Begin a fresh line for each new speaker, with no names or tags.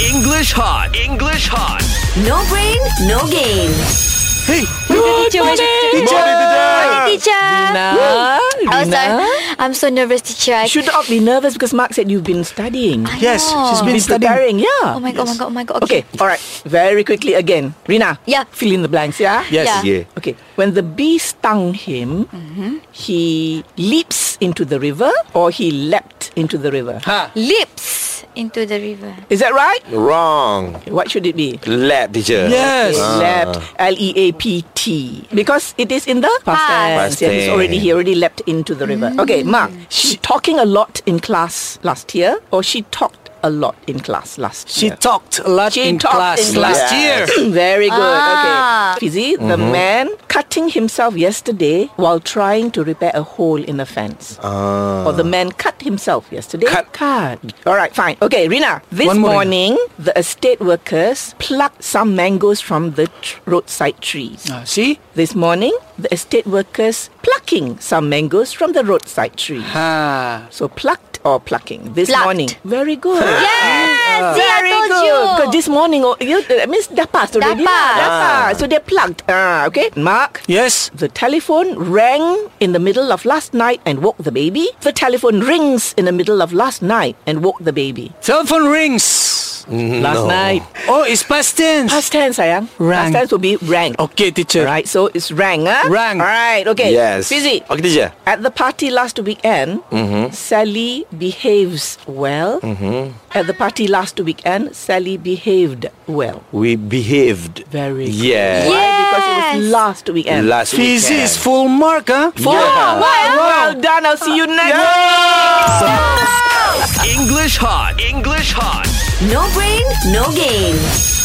English hot. English hot.
No brain, no game.
Teacher, where's your teacher?
Teacher.
Lina.
Oh, sorry.
Lina.
I'm so nervous, teacher. I-
You should not be nervous because Mark said you've been studying.
I
Yes,
know.
she's been studying.
Preparing, yeah.
Oh my god, oh my god, oh my god.
Okay, all right. Very quickly again. Rina.
Yeah.
Fill in the blanks, yeah?
Yes.
Yeah. Mm-hmm.
Yeah.
Okay. When the bee stung him, he leaps into the river or he leapt into the river.
Lips into the river.
Is that right?
Wrong.
What should it be?
Lab teacher.
Yes.
Ah.
Leapt. L E A P T. Because it is in the
Past
Yeah, he's
tense.
already he already leapt into the river. Okay, Mark. She talking a lot in class last year, or she talked a lot in class last
She
year.
talked a lot
She
in
talked
class
in
last
class.
year.
Very good.
Ah.
Okay. Fizzy, the
Mm-hmm.
man cutting himself yesterday while trying to repair a hole in a fence.
Ah.
Or the man cut himself yesterday.
Cut.
All right, fine. Okay, Rina. This
One more.
morning, the estate workers plucked some mangoes from the tr- roadside trees.
Ah, see?
This morning, the estate workers plucking some mangoes from the roadside tree.
Ah.
So plucked or plucking this
Plucked.
morning. Very good.
Yes, see, I
Ah, Very
told
good.
you. Ah.
Because this morning, oh, you, uh, means dah passed already. lah.
passed.
Dah passed. So they plugged. Ah, okay. Mark.
Yes.
The telephone rang in the middle of last night and woke the baby. The telephone rings in the middle of last night and woke the baby.
Telephone rings. Last
no.
night. Oh, it's past tense.
Past tense, sayang. Past
Rang.
tense will be rang.
Okay, teacher.
Right, so it's rang, huh?
Rang.
All right, okay.
Yes.
Fizzy.
Okay, teacher.
At the party last weekend,
Mm-hmm.
Sally behaves well. At the party last weekend, Sally behaved well.
We behaved.
Very good.
Yeah.
Why? Because it was
Yes.
last weekend.
Last
Fizzy
weekend.
is full mark, huh?
Full Yeah.
Well, well done. I'll see you next
English hot. English hot.
No brain, no game.